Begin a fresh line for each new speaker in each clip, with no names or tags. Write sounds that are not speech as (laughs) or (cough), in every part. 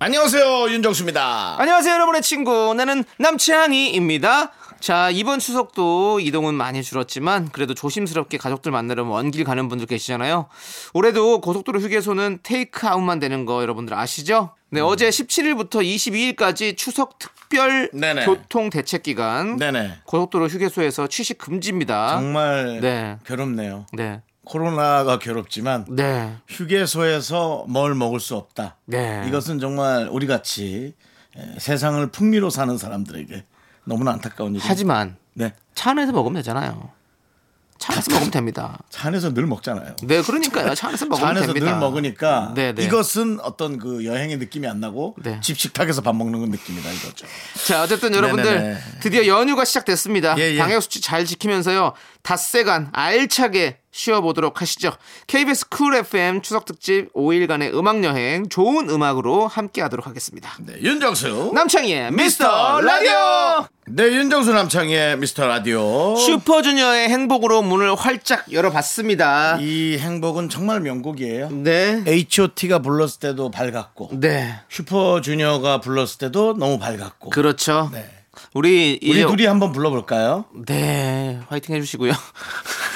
안녕하세요 윤정수입니다.
안녕하세요, 여러분의 친구. 나는 남창희입니다. 자, 이번 추석도 이동은 많이 줄었지만 그래도 조심스럽게 가족들 만나러 먼길 가는 분들 계시잖아요. 올해도 고속도로 휴게소는 테이크아웃만 되는 거 여러분들 아시죠?
음.
네, 어제 17일부터 22일까지 추석 특별
네네.
교통 대책 기간
네네.
고속도로 휴게소에서 취식 금지입니다.
정말
네.
괴롭네요.
네.
코로나가 괴롭지만
네.
휴게소에서 뭘 먹을 수 없다.
네.
이것은 정말 우리 같이 에, 세상을 풍미로 사는 사람들에게 너무나 안타까운 일이.
하지만
네.
차 안에서 먹으면 되잖아요. 차 안에서 먹으면 됩니다.
차 안에서 늘 먹잖아요.
네, 그러니까요. 차 안에서
차
먹으면
안에서
됩니다.
늘 먹으니까
네, 네.
이것은 어떤 그 여행의 느낌이 안 나고
네.
집 식탁에서 밥 먹는 건 느낌이다 이거죠.
자, 어쨌든 여러분들
네네네.
드디어 연휴가 시작됐습니다.
예, 예.
방역 수칙 잘 지키면서요. 닷새간 알차게 쉬어 보도록 하시죠. KBS 쿨 FM 추석 특집 5일간의 음악 여행 좋은 음악으로 함께 하도록 하겠습니다.
네, 윤정수.
남창희의 미스터 라디오
네, 윤정수 남창의 미스터 라디오.
슈퍼주니어의 행복으로 문을 활짝 열어봤습니다.
이 행복은 정말 명곡이에요.
네.
H.O.T가 불렀을 때도 밝았고
네.
슈퍼주니어가 불렀을 때도 너무 밝았고
그렇죠.
네.
우리
우리
이제
둘이 한번 불러볼까요?
네. 화이팅 해 주시고요. (laughs)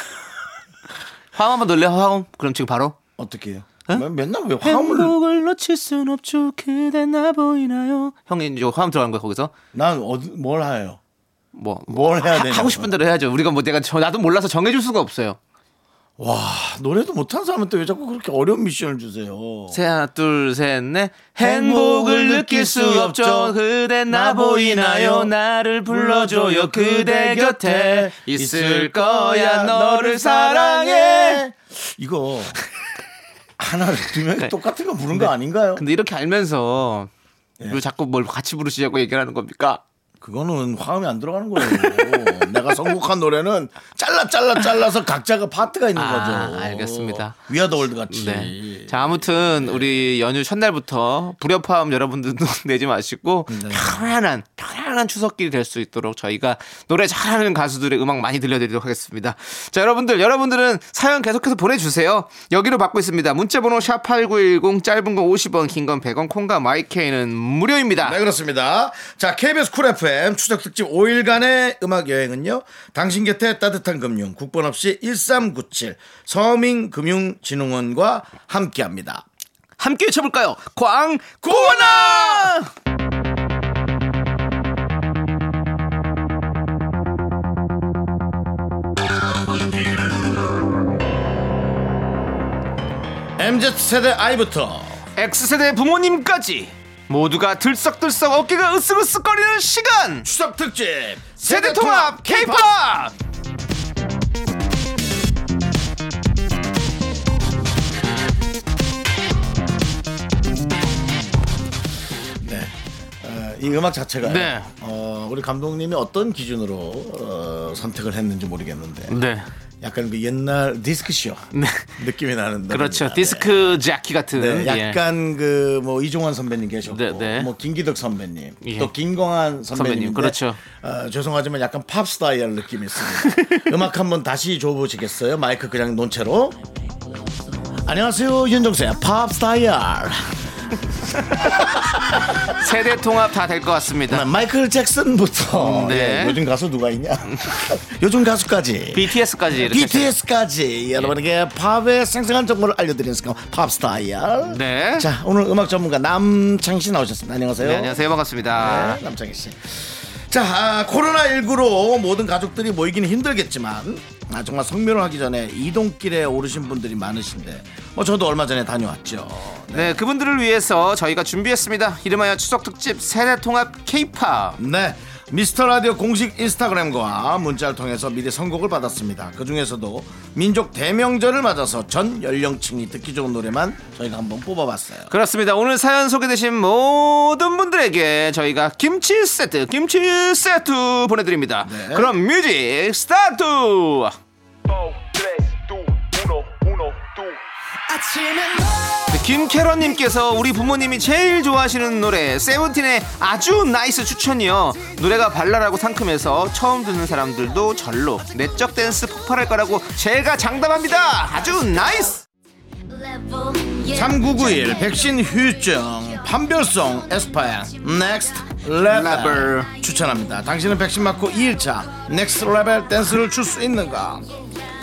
화음 한번 놀래 화음. 그럼 지금 바로
어떻게 해요? 맨날 왜 화음을
행복을 놓칠 순 없죠 그대 나 보이나요 형이 이제 화음 들어간 거야 거기서
난뭘 해요?
뭐
뭘 해야
하-
되냐고.
하고 싶은 대로 해야죠 우리가 뭐 내가 저 나도 몰라서 정해줄 수가 없어요
와 아, 노래도 못한 사람한테 왜 자꾸 그렇게 어려운 미션을 주세요?
셋 하나 둘셋넷 행복을 느낄 수 없죠 그대 나 보이나요 나를 불러줘요 그대 곁에 있을 거야 너를 사랑해
이거 하나를 두
네.
명이 똑같은 거 부른 거 아닌가요?
근데 이렇게 알면서 왜 자꾸 뭘 같이 부르시자고 얘기를 하는 겁니까
그거는 화음이 안 들어가는 거예요. (laughs) 내가 선곡한 노래는 잘라 잘라 잘라서 각자가 파트가 있는
아,
거죠.
알겠습니다.
위아더 월드 같이.
네. 자, 아무튼 우리 연휴 첫날부터 불협화음 여러분들도 (laughs) 내지 마시고 편안한 편안한 추석길이 될 수 있도록 저희가 노래 잘하는 가수들의 음악 많이 들려드리도록 하겠습니다. 자, 여러분들 여러분들은 사연 계속해서 보내주세요. 여기로 받고 있습니다. 문자번호 샵 #8910 짧은 건 50원, 긴 건 100원, 콩과 마이케이는 무료입니다.
네, 그렇습니다. 자, KBS 쿨 FM 추석 특집 5일간의 음악 여행은요. 당신 곁에 따뜻한 금융, 국번 없이 1397 서민금융진흥원과 함께 합니다.
함께 외쳐볼까요? 광고나!
MZ 세대 아이부터
X세대 부모님까지 모두가 들썩들썩 어깨가 으쓱으쓱거리는 시간!
추석 특집
세대 통합 K-POP!
어, 이 음악 자체가
네.
요 어, 우리 감독님이 어떤 기준으로 어, 선택을 했는지 모르겠는데
네.
약간 그 옛날
(laughs)
디스크쇼 느낌이 나는
그렇죠.
노래입니다.
디스크 자키 같은.
네,
예.
약간 그 뭐 이종환 선배님 계셨고
네, 네.
뭐 김기덕 선배님
예.
또 김광한 선배님
선배님, 그렇죠.
죄송하지만 약간 팝스타일 느낌이
(laughs)
있습니다. 음악 한번 다시 줘보시겠어요? 마이크 그냥 논체로. 안녕하세요 윤정수의 팝스타일.
예. 세대 통합 다 될 것 같습니다.
난 마이클 잭슨부터
네.
예, 요즘 가수 누가
(laughs)
있냐? 요즘 가수까지. 네,
BTS까지 이렇게.
BTS까지 여러분에게 팝의 생생한 정보를 알려드리는 시간 팝스타일.
네.
자 오늘 음악 전문가 남창희 씨 나오셨습니다. 안녕하세요.
네, 안녕하세요. 반갑습니다.
네, 남창희 씨. 자 아, 코로나 19로 모든 가족들이 모이기는 힘들겠지만 아, 정말 성묘를 하기 전에 이동길에 오르신 분들이 많으신데 뭐 저도 얼마 전에 다녀왔죠.
네. 그분들을 위해서 저희가 준비했습니다. 이름하여 추석 특집 세대 통합 K-팝.
네. 미스터 라디오 공식 인스타그램과 문자를 통해서 미리 선곡을 받았습니다. 그 중에서도 민족 대명절을 맞아서 전 연령층이 듣기 좋은 노래만 저희가 한번 뽑아봤어요.
그렇습니다. 오늘 사연 소개되신 모든 분들에게 저희가 김치 세트, 김치 세트 보내드립니다.
네.
그럼 뮤직 스타트! 네, 김캐런님께서 우리 부모님이 제일 좋아하시는 노래 세븐틴의 아주 나이스 추천이요 노래가 발랄하고 상큼해서 처음 듣는 사람들도 절로 내적 댄스 폭발할 거라고 제가 장담합니다 아주 나이스
3991 백신 후유증 판별성 에스파야 넥스트 레벨 추천합니다 당신은 백신 맞고 2일차 넥스트 레벨 댄스를 출 수 있는가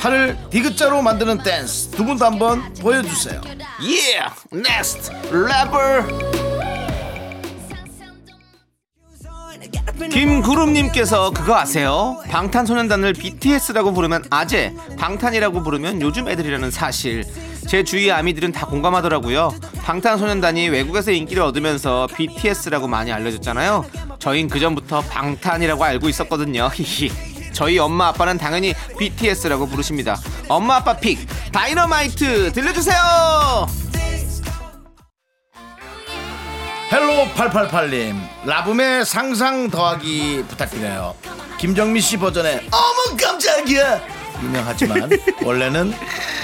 팔을 디귿자로 만드는 댄스 두 분도 한번 보여주세요
예 넥스트 래퍼 김구름님께서 음. 그거 아세요? 방탄소년단을 BTS라고 부르면 아재, 방탄이라고 부르면 요즘 애들이라는 사실. 제 주위 아미들은 다 공감하더라고요. 방탄소년단이 외국에서 인기를 얻으면서 BTS라고 많이 알려졌잖아요. 저흰 그전부터 방탄이라고 알고 있었거든요. 히히. 저희 엄마 아빠는 당연히 BTS라고 부르십니다. 엄마 아빠 픽 다이너마이트 들려주세요.
헬로 888님 라붐의 상상 더하기 부탁드려요 김정민 씨 버전의 어머 깜짝이야 (laughs) 유명하지만 원래는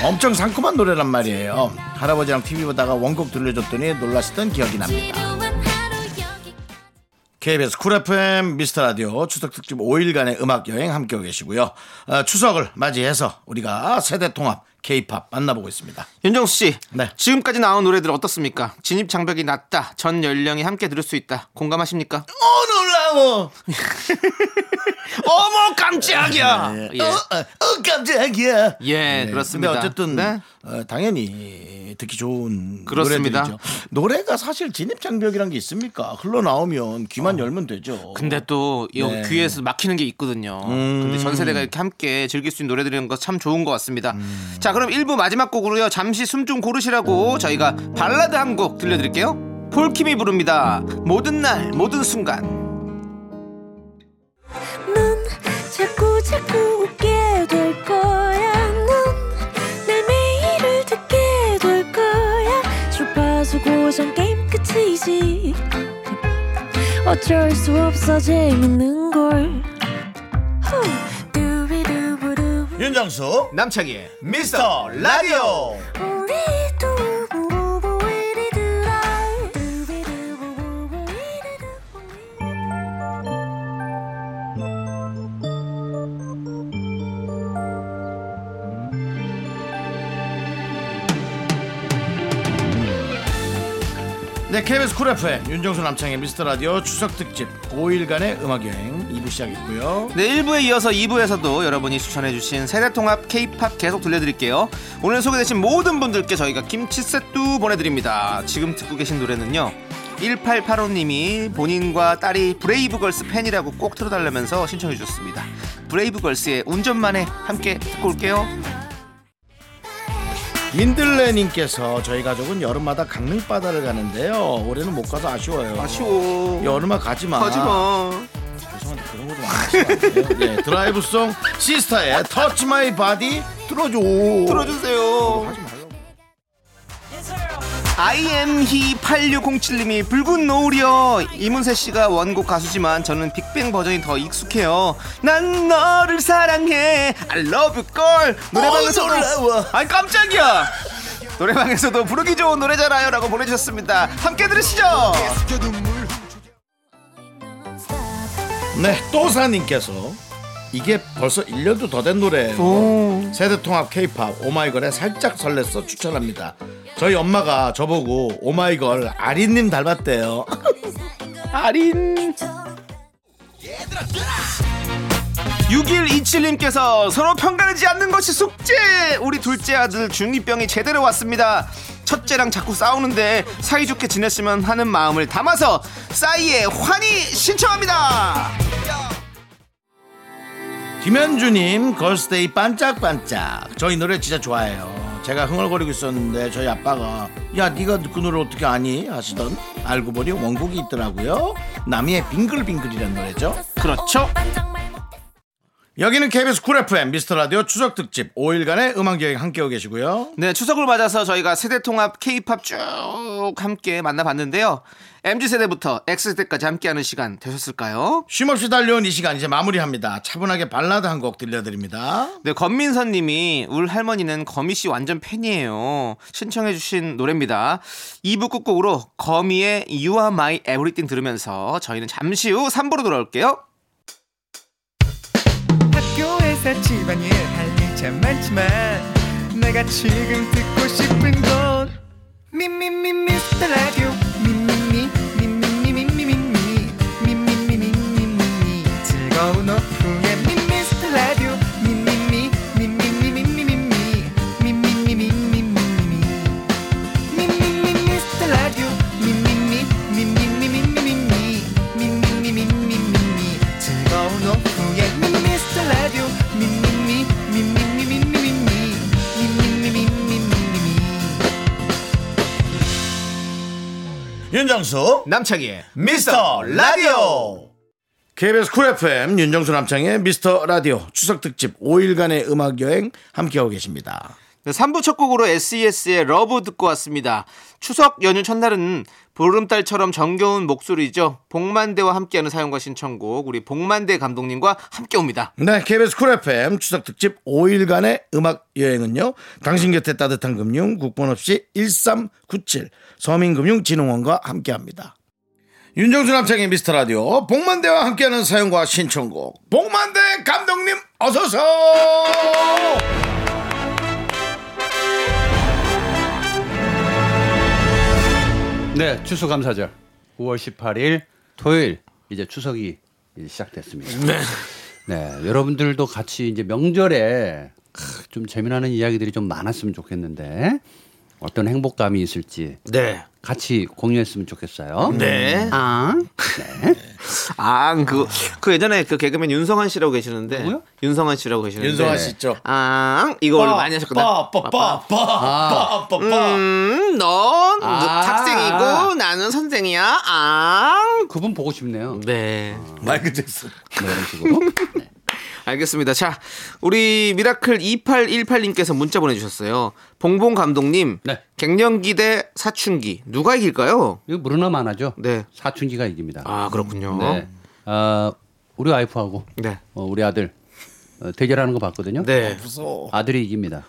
엄청 상큼한 노래란 말이에요 할아버지랑 TV 보다가 원곡 들려줬더니 놀라시던 기억이 납니다 KBS 쿨 FM 미스터 라디오 추석 특집 5일간의 음악 여행 함께 하고 계시고요 어, 추석을 맞이해서 우리가 세대 통합 K-팝 만나보고 있습니다
윤정수 씨,
네.
지금까지 나온 노래들 어떻습니까? 진입 장벽이 낮다. 전 연령이 함께 들을 수 있다. 공감하십니까?
어 놀라워
(laughs) 어머 깜짝이야. 예,
어, 어, 어, 깜짝이야 네.
예, 그렇습니다.
근데 어쨌든
네.
어, 당연히 듣기 좋은
그렇습니다.
노래들이죠. 노래가 사실 진입 장벽이란 게 있습니까? 흘러나오면 귀만 열면 되죠.
어. 근데 또 이
네.
귀에서 막히는 게 있거든요. 근데 전 세대가 이렇게 함께 즐길 수 있는 노래들이라는 거 참 좋은 것 같습니다. 자, 그럼 1부 마지막 곡으로요. 잠시 숨 좀 고르시라고 저희가 발라드 한 곡 들려드릴게요. 폴킴이 부릅니다. 모든 날, 모든 순간.
넌 자꾸 자꾸 웃게 될 거야. 넌내 매일을 듣게 될 거야. 주파수 고정 게임 끝이지. 어쩔 수 없어 재밌는 걸. 후. 두비두부두.
윤정수
남창희의
미스터 라디오.
우리 두부부부 우리 두라. 두비두부부부 우리 두부부.
네, KBS 쿨 FM 윤정수 남창의 미스터 라디오 추석 특집 5일간의 음악 여행 2부 시작했고요.
네, 1부에 이어서 2부에서도 여러분이 추천해주신 세대통합 K-팝 계속 들려드릴게요. 오늘 소개되신 모든 분들께 저희가 김치 세트 보내드립니다. 지금 듣고 계신 노래는요. 1885님이 본인과 딸이 브레이브걸스 팬이라고 꼭 틀어달라면서 신청해 주셨습니다. 브레이브걸스의 운전만에 함께 듣고 올게요.
민들레님께서 저희 가족은 여름마다 강릉 바다를 가는데요. 올해는 못 가서 아쉬워요.
아쉬워.
여름아 가지 마.
하지 마.
죄송한데 그런 거좀 하시면 안 돼요. 네, 드라이브송 시스타의 터치 마이 바디 들어줘.
들어주세요. IM히8607님이 붉은 노을이요. 이문세 씨가 원곡 가수지만 저는 빅뱅 버전이 더 익숙해요. 난 너를 사랑해. I love you, girl. 노래방에서도.
어, 놀라워.
아니, 깜짝이야. 노래방에서도 부르기 좋은 노래잖아요. 라고 보내주셨습니다. 함께 들으시죠.
네, 또사님께서 이게 벌써 1년도 더 된 노래예요. 세대통합 K-팝 오마이걸에 살짝 설렜어 추천합니다. 저희 엄마가 저보고 오마이걸 아린님 닮았대요. (laughs)
아린. 6127님께서 서로 평가하지 않는 것이 숙제! 우리 둘째 아들 중2병이 제대로 왔습니다. 첫째랑 자꾸 싸우는데 사이좋게 지냈으면 하는 마음을 담아서 싸이의 환희 신청합니다!
김현주님 걸스데이 반짝반짝 저희 노래 진짜 좋아해요. 제가 흥얼거리고 있었는데 저희 아빠가 야 네가 그 노래 어떻게 아니 하시던 알고 보니 원곡이 있더라고요. 남이의 빙글빙글이라는 노래죠.
그렇죠.
여기는 KBS 쿨 FM 미스터 라디오 추석 특집 5일간의 음악 여행 함께하고 계시고요.
네, 추석을 맞아서 저희가 세대 통합 K-팝 쭉 함께 만나봤는데요. MZ 세대부터 X 세대까지 함께하는 시간 되셨을까요?
쉼없이 달려온 이 시간 이제 마무리합니다. 차분하게 발라드 한 곡 들려드립니다.
네, 건민선님이 울 할머니는 거미 씨 완전 팬이에요. 신청해주신 노래입니다. 2부 끝곡으로 거미의 You Are My Everything 들으면서 저희는 잠시 후 3부로 돌아올게요.
학교에서 집안일 할 일 참 많지만 내가 지금 듣고 싶은 건 미미미 미스터 라디오 미미미 미미미 미미미 미미미 미미미 즐거운 오후에 미스터 라디오 미미미 미미미 미미미 미미미 미미미
윤정수
남창희의
미스터 라디오 KBS 쿨 FM 윤정수 남창의 미스터 라디오 추석 특집 5일간의 음악 여행 함께하고 계십니다.
네, 3부 첫 곡으로 SES의 러브 듣고 왔습니다. 추석 연휴 첫날은 보름달처럼 정겨운 목소리죠. 복만대와 함께하는 사연과 신청곡 우리 복만대 감독님과 함께 옵니다.
네, KBS 쿨 FM 추석 특집 5일간의 음악 여행은요. 당신 곁에 따뜻한 금융 국번 없이 1397 서민금융진흥원과 함께합니다. 윤정수 남창의 미스터 라디오 복만대와 함께하는 사연과 신청곡 복만대 감독님 어서 오세요.
네, 추수감사절 9월 18일 토요일 이제 추석이 이제 시작됐습니다. 네. 여러분들도 같이 이제 명절에 크, 좀 재미나는 이야기들이 좀 많았으면 좋겠는데 어떤 행복감이 있을지
네.
같이 공유했으면 좋겠어요.
네.
아,
아, 그, 그 예전에 그 개그맨 윤성환 씨라고 계시는데.
누구요?
윤성환 씨라고 계시는데.
윤성환 씨 있죠.
아, 이거 원래 많이 하셨거든.
아. 빠빠빠빠빠빠빠.
음, 넌
아.
학생이고 나는 선생이야. 아.
그분 보고 싶네요.
네.
마이크 잭슨.
뭐 이런 식으로. 네.
알겠습니다. 자, 우리 미라클 2818님께서 문자 보내주셨어요. 봉봉 감독님,
네.
갱년기 대 사춘기 누가 이길까요?
이거 무르나만 하죠.
네.
사춘기가 이깁니다.
아 그렇군요.
네. 아, 우리 와이프하고
네.
어, 우리 아들 어, 대결하는 거 봤거든요.
네.
아들이 이깁니다.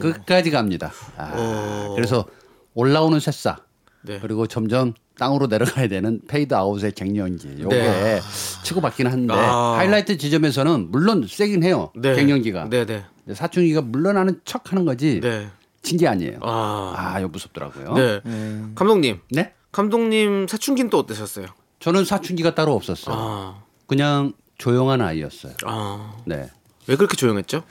끝까지 갑니다. 아,
어.
그래서 올라오는 새싹
네.
그리고 점점 땅으로 내려가야 되는 페이드 아웃의 갱년기 요게
네.
치고받기는 한데
아.
하이라이트 지점에서는 물론 세긴 해요.
네.
갱년기가
네, 네,
근데 사춘기가 물러나는 척하는 거지
네.
진 게 아니에요. 아,
아,
이거 무섭더라고요.
네. 감독님,
네?
감독님 사춘기는 또 어떠셨어요?
저는 사춘기가 따로 없었어요.
아,
그냥 조용한 아이였어요.
아,
네,
왜 그렇게 조용했죠?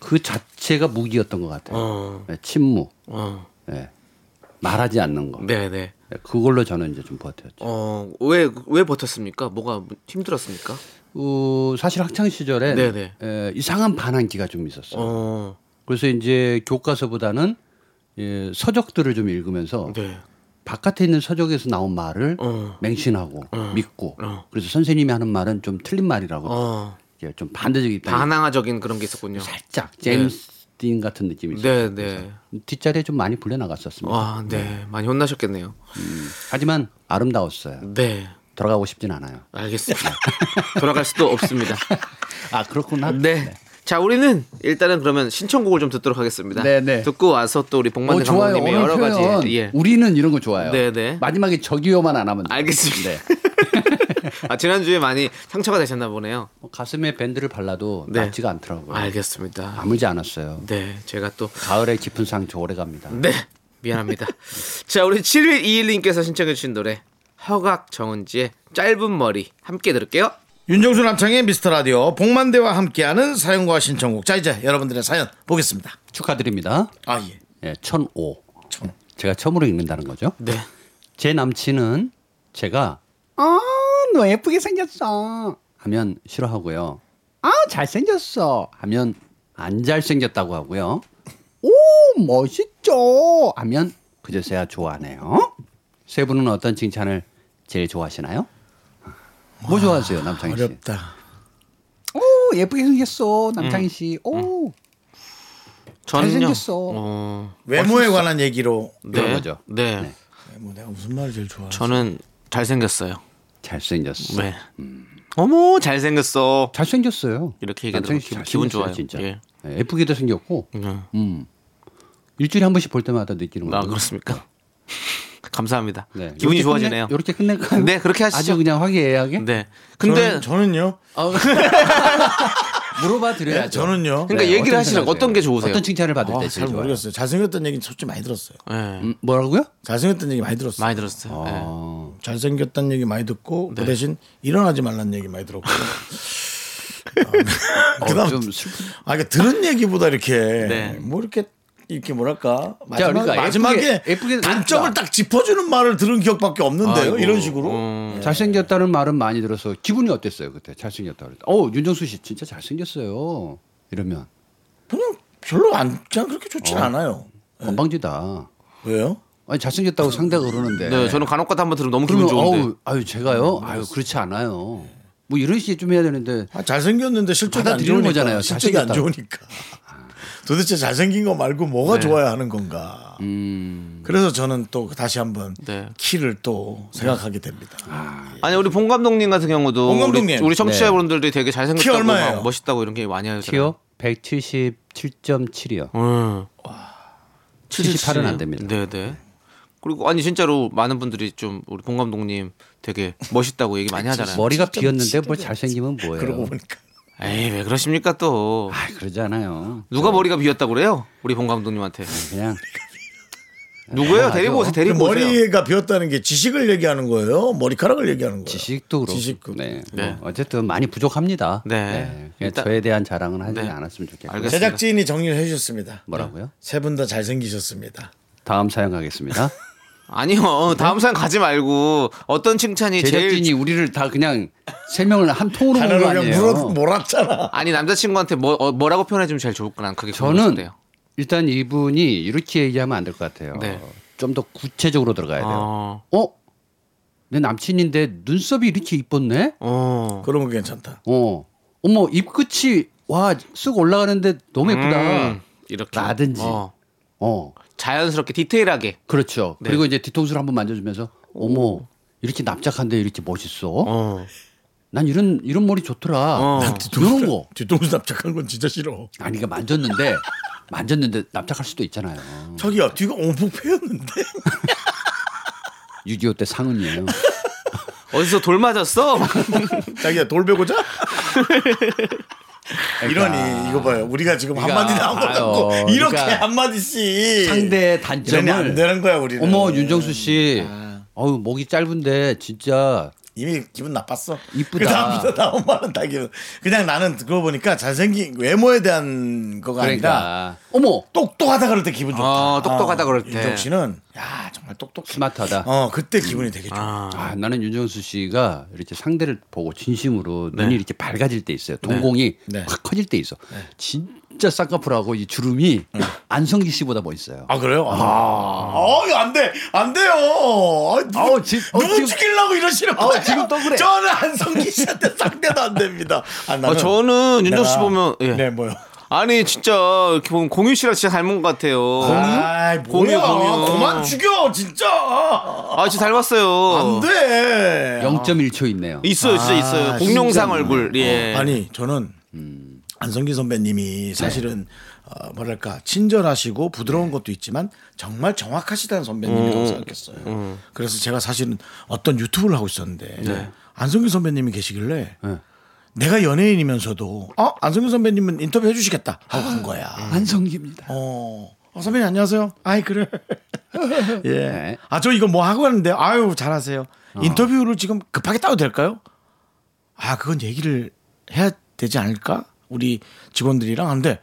그 자체가 무기였던 것 같아요.
어,
네, 침묵,
어,
네. 말하지 않는 거.
네, 네.
네, 그걸로 저는 이제 좀 버텼죠.
어, 왜, 왜 버텼습니까? 뭐가 힘들었습니까?
어, 사실 학창 시절에
네네.
에, 이상한 반항기가 좀 있었어요.
어,
그래서 이제 교과서보다는 예, 서적들을 좀 읽으면서
네.
바깥에 있는 서적에서 나온 말을
어.
맹신하고 믿고
어.
그래서 선생님이 하는 말은 좀 틀린 말이라고
어,
예, 좀 반대적 입장
반항아적인 그런 게 있었군요.
살짝 제임스 딘 같은 느낌이 있어요.
네, 네.
뒷자리에 좀 많이 불려 나갔었습니다.
아, 네. 많이 혼나셨겠네요.
하지만 아름다웠어요.
네.
돌아가고 싶진 않아요. (laughs)
알겠습니다. 돌아갈 수도 없습니다.
아 그렇구나.
네. 자, 우리는 일단은 그러면 신청곡을 좀 듣도록 하겠습니다.
네, 네.
듣고 와서 또 우리
어,
복만대
좋아요.
감독님의
오늘
여러
표현
가지 예.
우리는 이런 거 좋아요.
네네.
마지막에 저기요만 안 하면 돼요.
알겠습니다.
네.
(laughs) 아, 지난주에 많이 상처가 되셨나 보네요.
뭐 가슴에 밴드를 발라도
네.
낫지가 않더라고요.
알겠습니다.
아물지 않았어요.
네. 제가 또
가을의 깊은 상처 오래 갑니다.
네. 미안합니다. 자, 우리 7121님께서 신청해 주신 노래 허각 정은지의 짧은 머리 함께 들을게요.
윤정수 남창의 미스터 라디오 복만대와 함께하는 사연과 신청곡. 자 이제 여러분들의 사연 보겠습니다.
축하드립니다.
아 예.
예, 1005.
천.
제가 처음으로 읽는다는 거죠.
네.
제 남친은 제가 아 너 예쁘게 생겼어 하면 싫어하고요. 아 잘생겼어 하면 안 잘생겼다고 하고요. 오 멋있죠 하면 그제서야 좋아하네요 세 분은 어떤 칭찬을 제일 좋아하시나요? 뭐 좋아하세요 남창희 씨?
어렵다.
오 예쁘게 생겼어
음.
남창희 씨. 오 잘생겼어.
어,
외모에 관한 얘기로
이런 거죠.
네.
네.
뭐 내가 무슨 말을 제일 좋아하지?
저는 잘생겼어요.
잘생겼어.
네.
음.
어머 잘생겼어.
잘생겼어요.
이렇게
남창희
얘기하면
씨
기분, 기분
잘생겼어요,
좋아요.
진짜.
예.
예, 예쁘게도 생겼고
음.
일주일에 한 번씩 볼 때마다 느끼는
아
거죠.
그렇습니까?
음.
(laughs) 감사합니다. 기분이 좋아지네요.
이렇게 끝낼까요?
네, 그렇게 하시죠.
아주 그냥 화기애애하게
네.
저는,
근데
저는요.
물어봐 드려야죠.
저는요.
그러니까
네,
얘기를
어떤
하시라고
칭찬을
어떤 게 좋으세요?
어떤 칭찬을 받을
아,
때
잘
제일 좋아요?
모르겠어요. 잘생겼다는 얘기는 솔직히 많이 들었어요.
예.
음, 뭐라고요?
잘생겼다는 얘기 많이 들었어요.
많이 들었어요. 예.
어,
잘생겼다는 얘기 많이 듣고
네.
그 대신 일어나지 말라는 얘기 많이
(laughs)
들었고. 어, 그다음
좀 슬픈.
아, 그러니까 들은 얘기보다 이렇게
네.
뭐 이렇게 이렇게 뭐랄까
자,
마지막,
그러니까
마지막에
예쁘게- 예쁘게
단점을
나왔다.
딱 짚어주는 말을 들은 기억밖에 없는데요.
예. 아이고,
이런 식으로
어.
음.
잘생겼다는 말은 많이 들어서 기분이 어땠어요 그때? 잘생겼다 그랬다. 어 윤정수 씨 진짜 잘생겼어요. 이러면
그냥 별로 안 그냥 그렇게 좋진
어.
않아요.
네.
건방지다.
왜요?
아니 잘생겼다고 상대가 그러는데.
네, 저는 간혹가다 한번 들으면 너무 기분
그러면
좋은데. 네,
아유, 아유 제가요. 아유 그렇지 않아요. 뭐 이런 식의 좀 해야 되는데
아, 잘생겼는데 실적이 안
받아들이는
좋으니까.
거잖아요.
실적이 안
잘생겼다고.
좋으니까. (laughs) 도대체 잘생긴 거 말고 뭐가
네.
좋아야 하는 건가.
음.
그래서 저는 또 다시 한번
네.
키를 또
네.
생각하게 됩니다.
예.
아니 우리 봉 감독님 같은 경우도
봉 감독님.
네.
우리, 우리 청취자분들이 되게
키
잘생겼다고
얼마예요?
막 멋있다고 이런 게 많이 하잖아요.
키요 177.7이요.
음.
78 은 안 됩니다.
네, 네. 그리고 아니 진짜로 많은 분들이 좀 우리 봉 감독님 되게 멋있다고 얘기 많이 하잖아요.
머리가 비었는데 뭘 잘생기면 뭐예요?
그러고 보니까
에이 왜 그러십니까 또
아 그러잖아요.
누가 머리가 비었다고 그래요? 우리 봉 감독님한테
그냥
(laughs)
아, 뭐
누구예요? 데리고 오세요.
그
데리고 오세요.
머리가 비었다는 게 지식을 얘기하는 거예요. 머리카락을 얘기하는 거예요.
지식도 그렇고.
지식도.
네.
네.
뭐 어쨌든 많이 부족합니다.
네.
그냥
일단-
저에 대한 자랑은 하지
네.
않았으면 좋겠고.
알겠습니다.
제작진이 정리를 해주셨습니다.
뭐라고요?
세 분 다 잘생기셨습니다.
다음 사연 가겠습니다.
아니요 다음 사연 가지 말고 어떤 칭찬이
제작진이
(laughs) 제일
우리를 다 그냥 세 명을 한 통으로 본
하나로
거
그냥 뭐
아니에요.
물어 몰았잖아.
아니 남자친구한테 뭐 어, 뭐라고 표현해주면 제일 좋을 거난 그게
저는
궁금해요.
일단 이분이 이렇게 얘기하면 안 될 것 같아요.
네.
좀 더 구체적으로 들어가야 돼요.
어,
어? 내 남친인데 눈썹이 이렇게 이뻤네?
어,
그런 거 괜찮다.
어. 어머 입끝이 와 쑥 올라가는데 너무 예쁘다.
음, 이렇게
라든지.
어,
어.
자연스럽게 디테일하게
그렇죠.
네.
그리고 이제 뒤통수를 한번 만져주면서 어머 이렇게 납작한데 이렇게 멋있어.
어,
난 이런 이런 머리 좋더라.
어.
이런 아, 거.
뒤통수 (laughs) 납작한 건 진짜 싫어.
아니 그러니까 만졌는데 (laughs) 만졌는데 납작할 수도 있잖아요.
자기야 뒤가 온폭패였는데
6.25
(laughs)
때 상은이에요.
어디서 돌 맞았어?
자기야
(laughs)
돌배고자 이러니 이거 봐요 우리가 지금
그러니까,
한마디 나온 거
아유,
갖고 (laughs) 이렇게
그러니까
한마디씩 이러니
상대의
안
단점을
되는 거야 우리는 아.
어머 윤정수 씨. 어우 목이 짧은데 진짜
이미 기분 나빴어
이쁘다.
그 다음부터 (laughs) 나온 말은 다 기분 그냥 나는 그거 보니까 잘생긴 외모에 대한 거가 아니라
그러니까 어머
똑똑하다 그럴 때 기분 좋다
어, 똑똑하다 그럴 때.
윤정 씨는 야 정말 똑똑해
스마트하다.
어 그때 기분이 되게 좋아
아,
아, 나는 윤정수 씨가 이렇게 상대를 보고 진심으로 눈이 이렇게 밝아질 때 있어요. 동공이
네. 네.
확 커질 때 있어. 진짜 쌍꺼풀하고 이 주름이 안성기 씨보다 멋있어요.
아 그래요? 아, 어, 이거 안 돼, 안 돼요. 아, 누,
아우, 지- 어,
누구
지금-
죽이려고 이러시는
아우,
거예요?
지금 또 그래.
저는 안성기 씨한테 상대도 안 됩니다. 아, 나는
아, 저는 윤정 씨
내가-
보면 예.
네 뭐요?
아니 진짜 이렇게 보면 공유 씨랑 진짜 닮은 것 같아요.
아이,
공유,
뭐야?
공유.
그만 죽여 진짜.
아 진짜 닮았어요.
안
어.
돼.
0.1초 있네요.
있어요, 진짜
아, 진짜.
있어요. 공룡상 얼굴. 예.
아니 저는 안성기 선배님이 사실은 어, 뭐랄까 친절하시고 부드러운 것도 있지만 정말 정확하시다는 선배님이라고 생각했어요. 그래서 제가 사실은 어떤 유튜브를 하고 있었는데 안성기 선배님이 계시길래 내가 연예인이면서도 어 안성기 선배님은 인터뷰 해주시겠다 하고 간 거야.
음. 안성기입니다.
어. 어, 선배님 안녕하세요. 아이
(laughs)
그래. 예.
네. 어.
아 저 이거 뭐 하고 왔는데 아유 잘하세요. 인터뷰를 지금 급하게 따도 될까요? 아 그건 얘기를 해야 되지 않을까? 우리 직원들이랑 하는데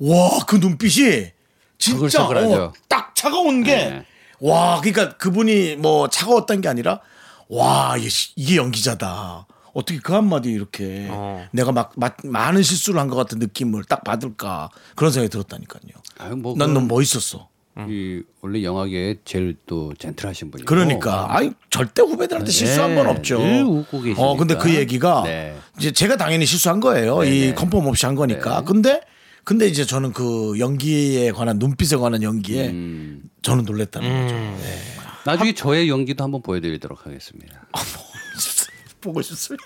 와 그 눈빛이 진짜
사글사글하죠.
어, 딱 차가운 게
네.
와 그러니까 그분이 뭐 차가웠던 게 아니라 와 이게 시- 이게 연기자다. 어떻게 그 한마디 이렇게
어.
내가 막, 막 많은 실수를 한 것 같은 느낌을 딱 받을까 그런 생각이 들었다니까요.
아유, 뭐
난
그건-
너무 멋있었어.
이 원래 영화계에 제일 또 젠틀하신 분이고.
그러니까 아이 절대 후배들한테
어, 네,
실수한 건 없죠.
늘 웃고 계시니까.
어 근데 그 얘기가
네.
이제 제가 당연히 실수한 거예요. 이
네.
컨펌 없이 한 거니까. 근데 근데 이제 저는 그 연기에 관한 눈빛에 관한 연기에
음.
저는 놀랬다는 거죠. 네.
나중에 저의 연기도 한번 보여드리도록 하겠습니다.
보고 싶습니다.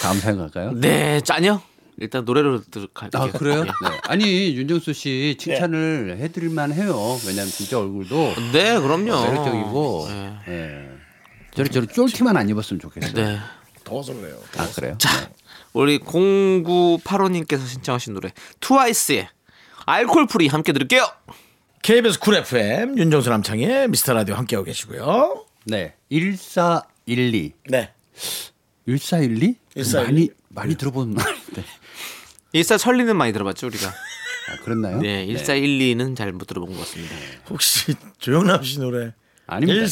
다음 사연 갈까요?
네, 짠요. 일단 노래로 들어갈게요.
아 그래요? 네. 아니 윤정수 씨 칭찬을 해드릴만 해요. 왜냐하면 진짜 얼굴도
네, 그럼요.
매력적이고
네.
예. 저리 저리 쫄티만 안 입었으면 좋겠어요.
네.
더워서 그래요.
아 그래요?
자, 우리 0985님께서 신청하신 노래 트와이스의 알콜 프리 함께 들을게요.
KBS 쿨 FM 윤정수 남창의 미스터 라디오 함께하고 계시고요.
네. 1412.
네.
1412?
1412?
많이 많이 들어본 (laughs) 말인데.
일사 천리는 많이 들어봤죠 우리가.
아 그랬나요?
네, 일사 일리는 잘 못 들어본 것 같습니다.
혹시 조영남 씨 노래
아닙니다.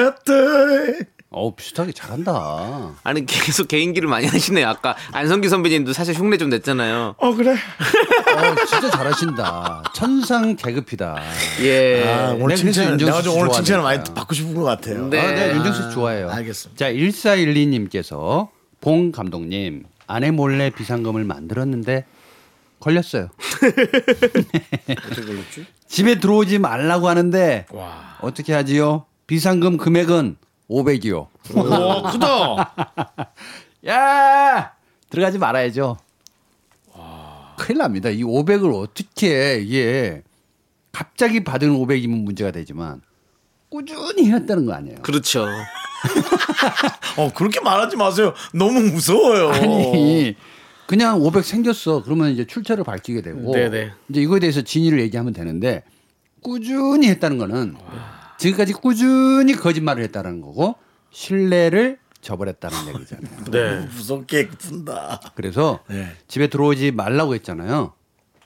일사후퇴때
어 비슷하게 잘한다.
아니 계속 개인기를 많이 하시네요. 아까 안성기 선배님도 사실 흉내 좀 냈잖아요.
어 그래.
어 진짜 잘하신다. 천상 계급이다.
예.
아,
네,
오늘
그래서
칭찬
윤정수
내가 좀 오늘
씨
칭찬을 많이
좋아하니까.
받고 싶은 것 같아요.
네.
아, 네, 윤정수 씨 좋아해요.
알겠습니다.
자, 1412님께서 봉 감독님 아내 몰래 비상금을 만들었는데
(laughs)
걸렸어요. 집에 들어오지 말라고 하는데
와.
어떻게 하지요? 비상금 금액은 500이요.
오 크다.
(laughs) 야 들어가지 말아야죠. 큰일 납니다. 이 500을 어떻게 해? 이게 갑자기 받은 500이면 문제가 되지만 꾸준히 해왔다는 거 아니에요?
그렇죠.
어 그렇게 말하지 마세요. 너무 무서워요.
아니 그냥 500 생겼어. 그러면 이제 출처를 밝히게 되고
네네.
이제 이거에 대해서 진위를 얘기하면 되는데 꾸준히 했다는 거는 지금까지 꾸준히 거짓말을 했다는 거고 신뢰를 저버렸다는
(laughs)
얘기잖아요.
네. 무섭게 푼다.
그래서
네.
집에 들어오지 말라고 했잖아요.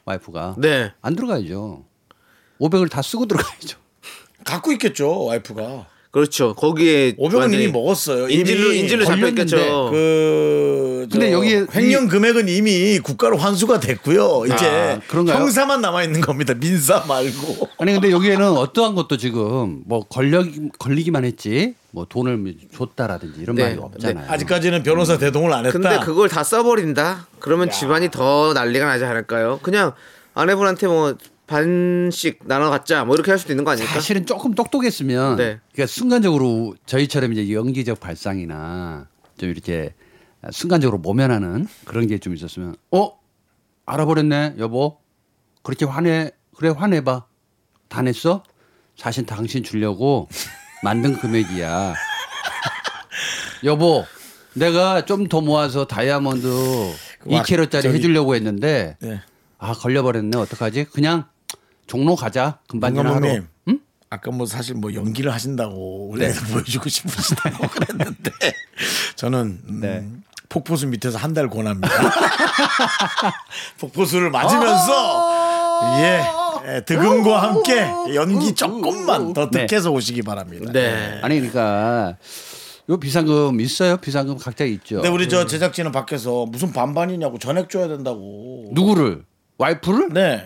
와이프가
네.
안 들어가야죠. 500을 다 쓰고 들어가야죠.
갖고 있겠죠 와이프가.
그렇죠. 거기에
500은
완전히
이미 먹었어요.
인질로
이미
인질로
걸렸는데
잡혔겠죠.
그
근데
근데 여기
여기에
횡령 금액은 이미 국가로 환수가 됐고요. 이제
아, 그런가요?
형사만 남아 있는 겁니다. 민사 말고.
아니 근데 여기에는 어떠한 것도 지금 뭐 걸려 걸리기만 했지 뭐 돈을 줬다라든지 이런
네.
말이 없잖아요.
아직까지는 변호사 대동을 안 했다.
근데 그걸 다 써버린다? 그러면 집안이 더 난리가 나지 않을까요? 그냥 아내분한테 뭐 반씩 나눠 갖자 뭐 이렇게 할 수도 있는 거 아닐까?
사실은 조금 똑똑했으면
네.
그러니까 순간적으로 저희처럼 이제 연기적 발상이나 좀 이렇게 순간적으로 모면하는 그런 게 좀 있었으면 어 알아버렸네 여보 그렇게 화내 그래 화내봐 다 냈어 사실 당신 주려고 만든 금액이야 여보 내가 좀 더 모아서 다이아몬드
와,
2캐럿짜리
저기-
해주려고 했는데
네.
아 걸려버렸네 어떡하지 그냥 종로 가자 금반전 하러
문감독님. 아까 뭐 사실 뭐 연기를 하신다고 원래
네.
보여주고 싶으시다고 (laughs) 그랬는데 저는 음,
네.
폭포수 밑에서 한 달 고납니다. (laughs) 폭포수를
아.
맞으면서 예 예, 득음과 함께 연기 조금만 더
네.
득해서 오시기 바랍니다.
네.
아니 그러니까 요 비상금 있어요? 비상금 각자 있죠.
근데
네,
우리
음.
저 제작진은 밖에서 무슨 반반이냐고 전액 줘야 된다고.
누구를? 와이프를?
네.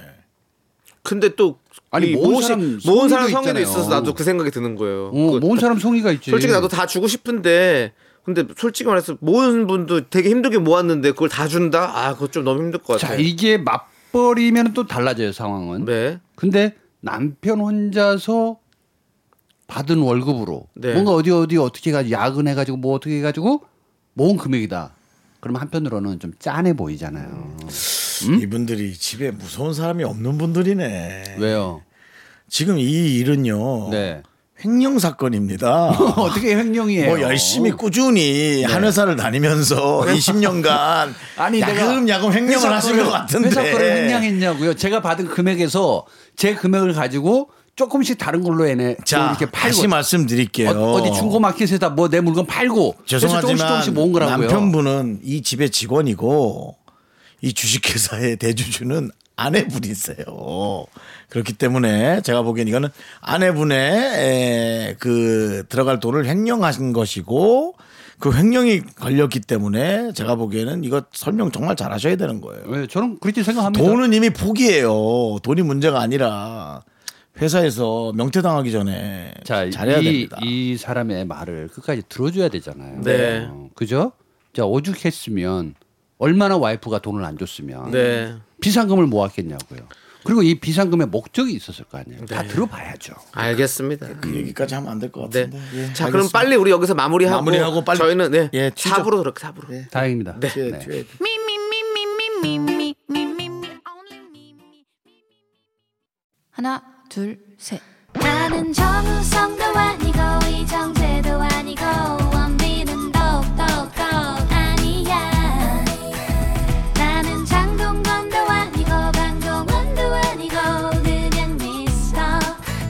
근데 또
아니,
이
모은
모시-
사람
모은
성의도
사람 성에도
있잖아요.
있어서 나도 그 생각이 드는 거예요.
어,
그-
모은 사람 송이가 있지.
솔직히 나도 다 주고 싶은데 근데 솔직히 말해서 모은 분도 되게 힘들게 모았는데 그걸 다 준다? 아 그거 좀 너무 힘들 것
자
같아요.
이게 맞벌이면 또 달라져요 상황은.
네.
근데 남편 혼자서 받은 월급으로
네.
뭔가 어디 어디 어떻게 가 야근해 가지고 뭐 어떻게 해 가지고 모은 금액이다. 그럼 한편으로는 좀 짠해 보이잖아요.
음.
음?
이분들이 집에 무서운 사람이 없는 분들이네.
왜요?
지금 이 일은요.
네. (laughs)
횡령 사건입니다.
어떻게 예. 횡령이에요?
뭐 열심히 꾸준히 한 회사를 다니면서 20년간
(laughs) 아니, 내가
야금야금 횡령을 하신 것 같은데
회사 거를 횡령했냐고요? 제가 받은 금액에서 제 금액을 가지고 조금씩 다른 걸로 해내. 또
자
이렇게 팔고
다시 말씀드릴게요.
어, 디 중고마켓에다 뭐 내 물건 팔고 그래서 조금씩
죄송하지만
조금씩 모은 거라고요.
남편분은 이 집의 직원이고 이 주식회사의 (laughs) 대주주는 아내분이세요. 그렇기 때문에 제가 보기엔 이거는 아내분의 에, 그 들어갈 돈을 횡령하신 것이고 그 횡령이 걸렸기 때문에 제가 보기에는 이거 설명 정말 잘하셔야 되는 거예요.
예, 저는 그렇게 생각합니다.
돈은 이미 포기해요. 돈이 문제가 아니라 회사에서 명퇴당하기 전에
자,
잘해야
이,
됩니다.
이 사람의 말을 끝까지 들어줘야 되잖아요.
네.
어, 그죠? 자, 오죽했으면 얼마나 와이프가 돈을 안 줬으면
네.
비상금을 모았겠냐고요. 그리고 이 비상금의 목적이 있었을 거 아니에요.
네.
다 들어봐야죠.
알겠습니다.
예,
그 얘기까지 하면 안 될 것
네.
같은데. 예,
자,
알겠습니다.
그럼 빨리 우리 여기서 마무리하고,
마무리하고 빨리-
저희는 네.
예, 취소.
4부로 그렇게 4부로.
다행입니다.
네.
예, 뒤에,
네.
뒤에.
Me, me, me, me, me, me, me, me, me, me, only me, me.
하나, 둘, 셋.
나는 정우성도 아니고 이정재도 아니고 원빈은 더욱더 아니야 나는 장동건도 아니고 강동원도 아니고 그냥 미스터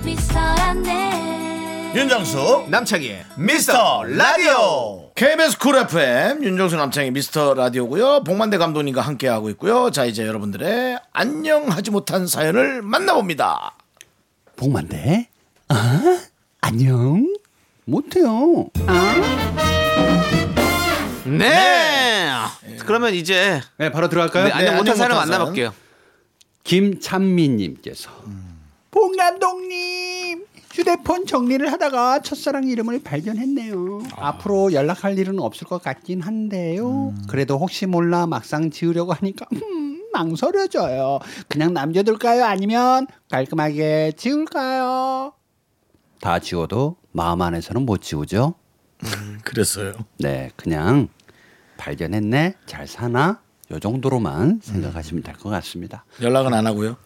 미스터란데
네. 윤정수 남창희의 미스터 라디오 KBS 쿨 FM 윤정수 남창희 미스터 라디오고요 복만대 감독님과 함께하고 있고요 자 이제 여러분들의 안녕하지 못한 사연을 만나봅니다
복만대. 아, 안녕. 못해요.
네. 그러면 이제
네, 바로 들어갈까요?
네, 안녕 못한
안녕
사람
못한
만나볼게요.
김찬미님께서 봉 감독님 휴대폰 정리를 하다가 첫사랑 이름을 발견했네요. 앞으로 연락할 일은 없을 것 같긴 한데요. 그래도 혹시 몰라 막상 지으려고 하니까 음, 망설여져요. 그냥 남겨둘까요? 아니면 깔끔하게 지울까요? 다 지워도 마음 안에서는 못 지우죠.
그랬어요
네, 그냥 발견했네, 잘 사나 요 정도로만 생각하시면 될 것 같습니다.
연락은 안 하고요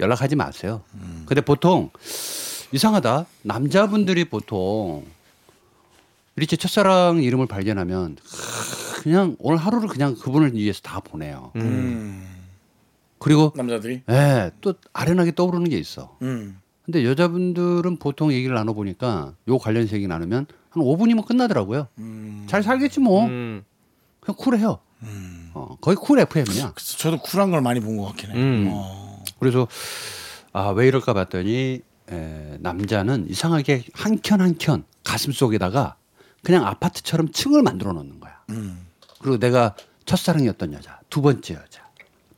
연락하지 마세요. 근데 보통 이상하다. 남자분들이 보통 이렇게 첫사랑 이름을 발견하면 그냥 오늘 하루를 그냥 그분을 위해서 다 보내요. 그리고
남자들이
예, 또 아련하게 떠오르는 게 있어.
음.
근데 여자분들은 보통 얘기를 나눠 보니까 요 관련 얘기 나누면 한 5분이면 끝나더라고요.
음.
잘 살겠지 뭐.
음.
그냥 쿨해요. 어, 거의 쿨 FM이야.
그래서 저도 쿨한 걸 많이 본 것 같긴 해요
그래서 아 왜 이럴까 봤더니 에, 남자는 이상하게 한 켠 한 켠 가슴 속에다가 그냥 아파트처럼 층을 만들어 놓는 거야.
음.
그리고 내가 첫사랑이었던 여자, 두 번째 여자,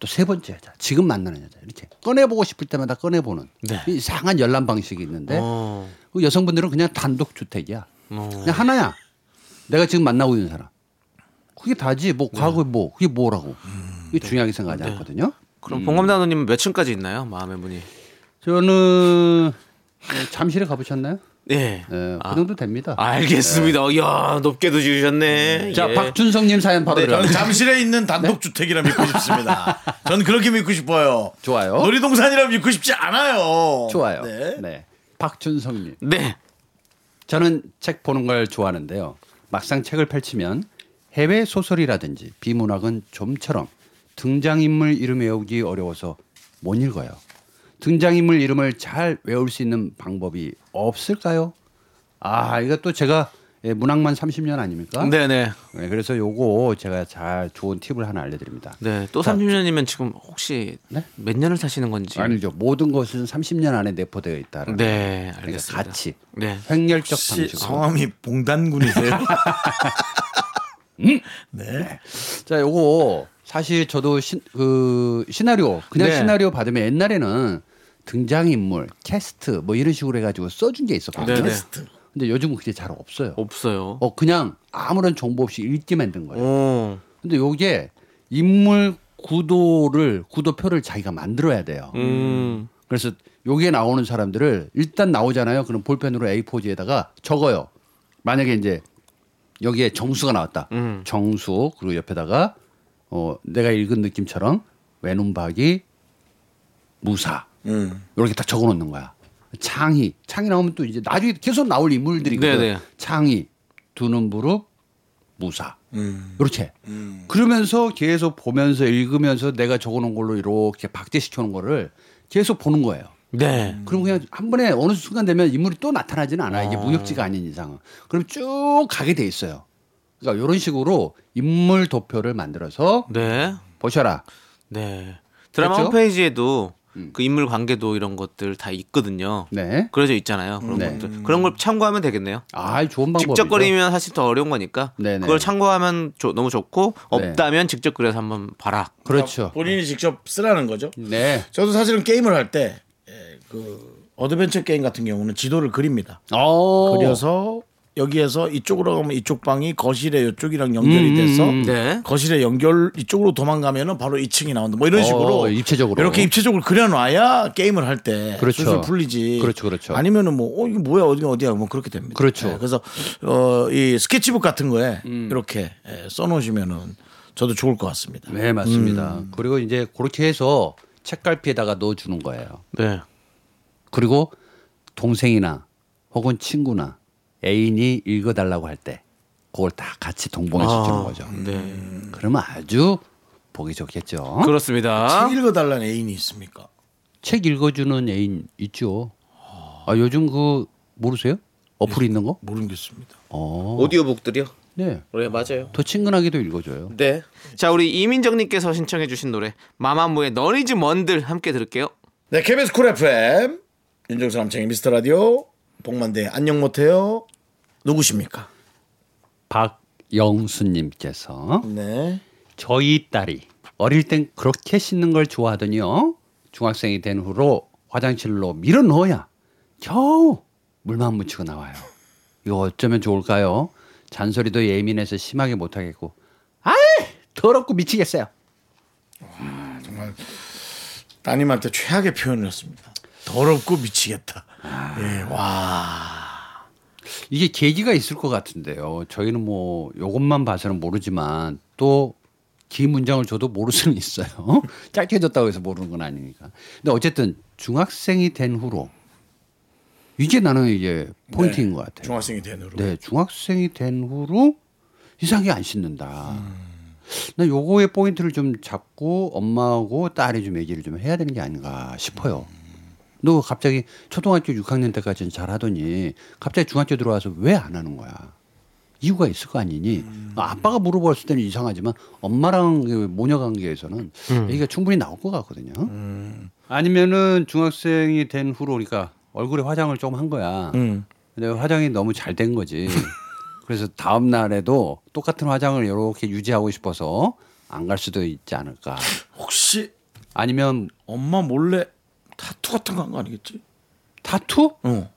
또 세 번째 여자, 지금 만나는 여자 이렇게 꺼내보고 싶을 때마다 꺼내보는 이상한 열람 방식이 있는데
어.
그 여성분들은 그냥 단독 주택이야. 그냥 하나야. 내가 지금 만나고 있는 사람. 그게 다지. 뭐 과거에 뭐 그게 뭐라고. 이게 중요하게 생각하지 않거든요.
그럼
음.
봉감단원님은 몇 층까지 있나요? 마음의 문이.
저는 어, 잠실에 가보셨나요?
예.
예, 그 정도 됩니다.
알겠습니다.
네.
이야, 높게도 지으셨네.
자,
아, 예.
박준성님 사연 바로 들어.
저는 잠실에 있는 단독주택이라 믿고 싶습니다 저는 그렇게 믿고 싶어요
좋아요.
놀이동산이라 믿고 싶지 않아요
좋아요.
네.
네. 박준성님.
네.
저는 책 보는 걸 좋아하는데요. 막상 책을 펼치면 해외 소설이라든지 비문학은 좀처럼 등장인물 이름 외우기 어려워서 못 읽어요. 등장인물 이름을 잘 외울 수 있는 방법이 없을까요? 아, 이거 또 제가 예, 문학만 30년 아닙니까?
네, 네.
네, 그래서 요거 제가 잘 좋은 팁을 하나 알려드립니다.
네. 또 30년이면 지금 혹시
네?
몇 년을 사시는 건지.
아니죠. 모든 것은 30년 안에 내포되어 있다라는.
네,
그러니까
알겠습니다.
같이
네.
횡렬적
혹시
방식으로.
성함이 봉단군이세요?
자, 요거 사실 저도 시, 그 시나리오 그냥
네.
시나리오 받으면 옛날에는 등장 인물, 캐스트 뭐 이런 식으로 해가지고 써준 게 있었거든요.
네, 네.
근데 요즘은 그게 잘 없어요.
없어요.
어 그냥 아무런 정보 없이 읽기 만든 거예요.
오.
근데 요게 인물 구도를 구도표를 자기가 만들어야 돼요.
음.
그래서 여기에 나오는 사람들을 일단 나오잖아요. 그럼 볼펜으로 A4지에다가 적어요. 만약에 이제 여기에 정수가 나왔다.
음.
정수 그리고 옆에다가 어 내가 읽은 느낌처럼 외눈박이 무사
음,
이렇게 딱 적어놓는 거야. 창희 창희 나오면 또 이제 나중에 계속 나올 인물들이거든.
네네.
창희 두 눈부릅 무사
음,
이렇게 그러면서 계속 보면서 읽으면서 내가 적어놓은 걸로 이렇게 박제시켜놓은 거를 계속 보는 거예요.
네.
그럼 그냥 한 번에 어느 순간 되면 인물이 또 나타나지는 않아. 이게 무협지가 아닌 이상은. 그럼 쭉 가게 돼 있어요. 그러니까 이런 식으로 인물 도표를 만들어서
네.
보셔라.
네. 드라마
됐죠? 음.
홈페이지에도 그 인물 관계도 이런 것들 다 있거든요.
네.
그려져 있잖아요. 그런
네.
것들 그런 걸 참고하면 되겠네요.
아, 좋은 방법이죠.
직접 그리면 사실 더 어려운 거니까
네네.
그걸 참고하면 조- 너무 좋고
네.
없다면 직접 그려서 한번 봐라.
그렇죠.
본인이 직접 쓰라는 거죠.
네.
저도 사실은 게임을 할 때 그 어드벤처 게임 같은 경우는 지도를 그립니다.
어.
그려서 여기에서 이쪽으로 가면 이쪽 방이 거실에 이쪽이랑 연결이
음,
돼서
네.
거실에 연결 이쪽으로 도망가면은 바로 2층이 나온다. 뭐 이런
어,
식으로
입체적으로.
이렇게 입체적으로 그려놔야 게임을 할 때
그렇죠.
슬슬 풀리지.
그렇죠, 그렇죠.
아니면은 뭐 어 이거 뭐야 어디가 어디야 뭐 그렇게 됩니다.
그렇죠. 음.
네, 그래서 어 이 스케치북 같은 거에 이렇게 예, 써놓으시면은 저도 좋을 것 같습니다.
네, 맞습니다. 그리고 이제 그렇게 해서 책갈피에다가 넣어 주는 거예요.
네.
그리고 동생이나 혹은 친구나 애인이 읽어달라고 할 때 그걸 다 같이 동봉해서 주는 거죠. 그러면 아주 보기 좋겠죠.
그렇습니다.
책 읽어달라는 애인이 있습니까?
책 읽어주는 애인 있죠. 아, 요즘 그 모르세요? 어플 있는 거?
모르겠습니다.
어,
오디오북들이요.
네.
네 맞아요.
더 친근하게도 읽어줘요.
네. 자 우리 이민정님께서 신청해주신 노래 마마무의 너리즈 먼들 함께 들을게요.
네, KBS 쿨 FM 윤정수 남창희 미스터 라디오 복만대 안녕 못해요 누구십니까?
박영수님께서
네.
저희 딸이 어릴 땐 그렇게 씻는 걸 좋아하더니요. 중학생이 된 후로 화장실로 밀어 넣어야 겨우 물만 묻히고 나와요. 이거 어쩌면 좋을까요? 잔소리도 예민해서 심하게 못하겠고 아이 더럽고 미치겠어요.
따님한테 최악의 표현이었습니다. 더럽고 미치겠다.
아.
예, 와.
이게 계기가 있을 것 같은데요. 저희는 뭐 이것만 봐서는 모르지만 또 긴 문장을 줘도 모를 수는 있어요. (laughs) 짧게 줬다고 해서 모르는 건 아니니까. 근데 어쨌든 중학생이 된 후로 이게 나는 이게 포인트인 것 같아요.
중학생이 된으로.
네, 중학생이 된 후로 이상하게 안 씻는다. 나 요거의 포인트를 좀 잡고 엄마하고 딸이 좀 얘기를 좀 해야 되는 게 아닌가 싶어요. 너 갑자기 초등학교 6학년 때까지는 잘 하더니 갑자기 중학교 들어와서 왜 안 하는 거야? 이유가 있을 거 아니니? 아빠가 물어봤을 때는 이상하지만 엄마랑 그 모녀 관계에서는 얘기가 충분히 나올 것 같거든요. 음. 아니면은 중학생이 된 후로 그러니까 얼굴에 화장을 조금 한 거야. 근데 화장이 너무 잘 된
(laughs)
거지. 그래서 다음 날에도 똑같은 화장을 이렇게 유지하고 싶어서 안 갈 수도 있지 않을까.
혹시
아니면
엄마 몰래 타투 같은 거 한 거 아니겠지?
타투?
어.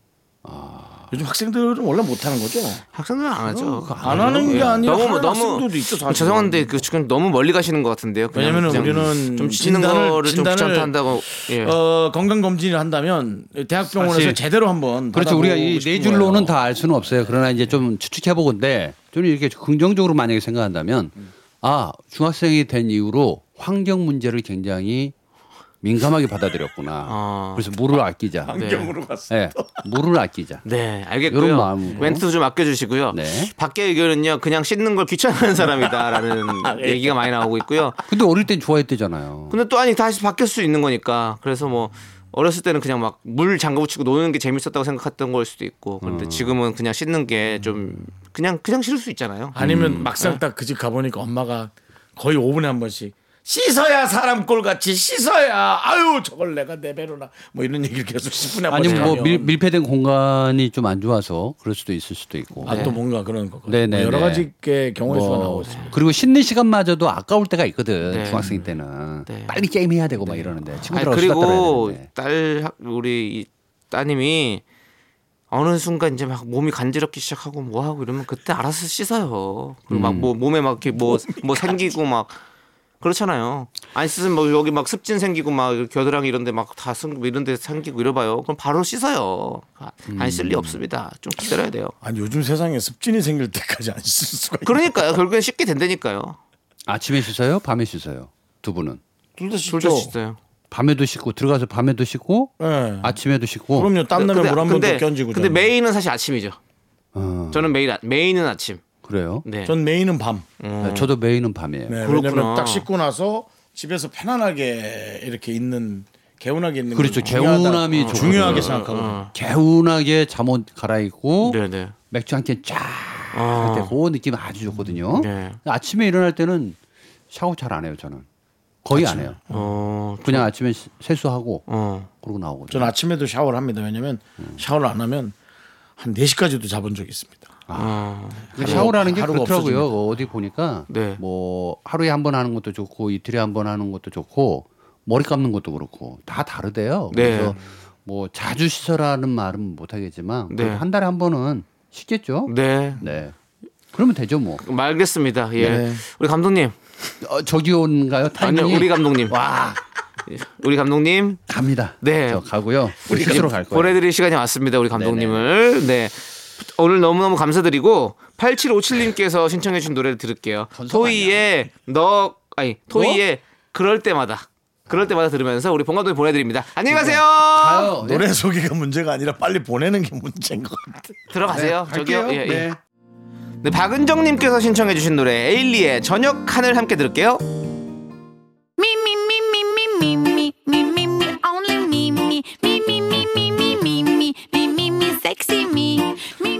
아.
요즘 학생들은 원래 못 하는 거죠?
학생들은 안 하죠.
안 하는 게 아니라 하는 학생들도 있죠, 사실은.
예. 죄송한데 그 지금 너무 멀리 가시는 것 같은데요. 그냥
왜냐면은
그냥
우리는
좀 치는
진단을-
거를 좀
진단을-
귀찮다 한다고. 예.
어, 건강 검진을 한다면 대학병원에서
사실-
제대로 한번
그렇죠. 우리가 이
받아보고
네
싶은
줄로는
거예요.
다 알 수는 없어요. 그러나 이제 좀 추측해 보건데 좀 이렇게 긍정적으로 만약에 생각한다면 아 중학생이 된 이후로 환경 문제를 굉장히 민감하게 받아들였구나.
아.
그래서 물을 아끼자. 네.
환경으로 갔어.
물을 아끼자.
네,
요런
알겠고요.
마음으로.
멘트 좀 아껴주시고요.
네.
밖에 의견은요, 그냥 씻는 걸 귀찮아하는
(laughs) 아,
사람이다라는
네.
얘기가 많이 나오고 있고요.
근데 어릴 땐 좋아했대잖아요.
근데 또 아니 다시 바뀔 수 있는 거니까. 그래서 뭐 어렸을 때는 그냥 막 물 잠가 붙이고 노는 게 재밌었다고 생각했던 걸 수도 있고. 그런데
음.
지금은 그냥 씻는 게 좀 그냥 그냥 싫을 수 있잖아요.
아니면
음. 네?
막상 딱 그 집 가보니까 엄마가 거의 5분에 한 번씩 씻어야 사람 꼴같이 씻어야 아유 저걸 내가 내 배로나 뭐 이런 얘기를 계속 10분에 한
아니
번씩
뭐
하면
밀, 밀폐된 공간이 좀 안 좋아서 그럴 수도 있을 수도 있고. 뭐
아, 또 뭔가 그런 거고
네, 네,
여러
네.
가지 게 경우의 수가 나오고
뭐,
있습니다.
그리고 씻는 시간마저도 아까울 때가 있거든
네.
중학생 때는
네.
빨리 게임 해야 되고 막 이러는데
아니,
친구들하고 수다 떨어야
그리고
되는데
딸 학- 우리 이 따님이 어느 순간 이제 막 몸이 간지럽기 시작하고 뭐 하고 이러면 그때 알아서 씻어요.
음.
그리고 막 뭐 몸에 막 이렇게 뭐 뭐 생기고 막 그렇잖아요. 안 씻으면 뭐 여기 막 습진 생기고 막 겨드랑이 이런데 막 다뭐 이런데 생기고 이러봐요. 그럼 바로 씻어요. 안 쓸 리
음.
없습니다. 좀 기다려야 돼요.
아니 요즘 세상에 습진이 생길 때까지 안 씻을 수가 있나?
그러니까요. 결국엔 씻게 된다니까요.
아침에 씻어요 밤에 씻어요 두 분은
둘다
둘다 씻어요.
밤에도 씻고 들어가서 밤에도 씻고
예.
아침에도 씻고
그럼요 땀 나면
근데-
물 한 번 더
근데-
견지고
근데
저는.
메인은 사실 아침이죠.
어,
저는 메인 아- 메인은 아침.
그래요
네.
전 메인은 밤
네, 저도 메인은 밤이에요
네,
그렇구나.
왜냐면 딱 씻고 나서 집에서 편안하게 이렇게 있는 개운하게 있는
그렇죠.
게 중요하다. 어.
개운함이 어, 좋거든요.
중요하게 생각하거든요
어.
개운하게 잠옷 갈아입고
네네.
맥주 한 캔 쫙
아.
할 때 그 느낌 아주 좋거든요
네.
아침에 일어날 때는 샤워 잘 안 해요 저는 거의 안 해요.
어,
그냥 아침에 시- 세수하고
어.
그러고 나오고.
전 아침에도 샤워를 합니다. 왜냐면 샤워를 안 하면 한 4시까지도 자본 적이 있습니다.
어.
근데 샤워라는 게
하루가
그렇더라고요.
없어집니다.
어디 보니까
네.
뭐 하루에 한 번 하는 것도 좋고 이틀에 한 번 하는 것도 좋고 머리 감는 것도 그렇고 다 다르대요.
네.
그래서 뭐 자주 씻어라는 말은 못 하겠지만
네.
그래도 한 달에 한 번은 씻겠죠.
네.
네. 그러면 되죠 뭐.
알겠습니다. 예.
네.
우리 감독님.
어, 저기 온가요?
아니요,
타이밍이
우리 감독님. 와. 우리 감독님.
갑니다.
네.
저 가고요. 우리 씻으러 갈 거예요.
보내드릴 시간이 왔습니다. 우리 감독님을. 네. 오늘 너무너무 감사드리고 8757님께서 신청해 주신 노래를 들을게요. 토이의 너 아니
뭐?
토이의 그럴 때마다 그럴 때마다 들으면서 우리 본 감독님 보내드립니다. 안녕히 가세요.
가요. 예.
노래 소개가 문제가 아니라 빨리 보내는 게 문제인 것 같아.
들어가세요. 저기요.
갈게요.
예, 예.
네.
네, 박은정님께서 신청해 주신 노래 에일리의 저녁 하늘 함께 들을게요.
Me, me, me, me, me, me, me, me, me, me, only me, me, me, me, me, me, me, me, me, me, me, me, sexy me. Me,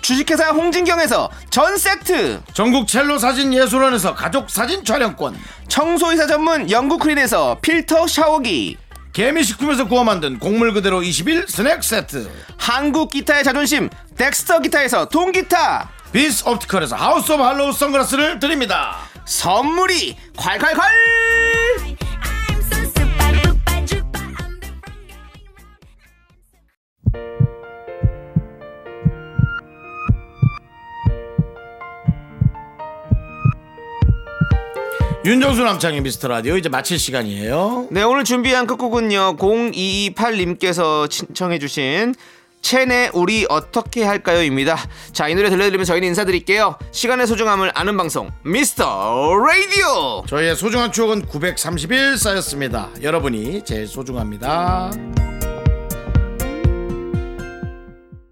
주식회사 홍진경에서 전 세트
전국 첼로 사진 예술원에서 가족 사진 촬영권
청소이사 전문 영국크린에서 필터 샤워기
개미식품에서 구워 만든 곡물 그대로 21 스낵 세트
한국 기타의 자존심 덱스터 기타에서 동기타
빈스 옵티컬에서 하우스 오브 할로우 선글라스를 드립니다
선물이 콸콸콸
I'm so super, duper, duper, I'm the one going round.
윤정수 남창의 미스터 라디오 이제 마칠 시간이에요
네 오늘 준비한 끝곡은요 0228님께서 신청해 주신 체내 우리 어떻게 할까요입니다 자 이 노래 들려드리면 저희는 인사드릴게요 시간의 소중함을 아는 방송 미스터 라디오
저희의 소중한 추억은 931 쌓였습니다 여러분이 제일 소중합니다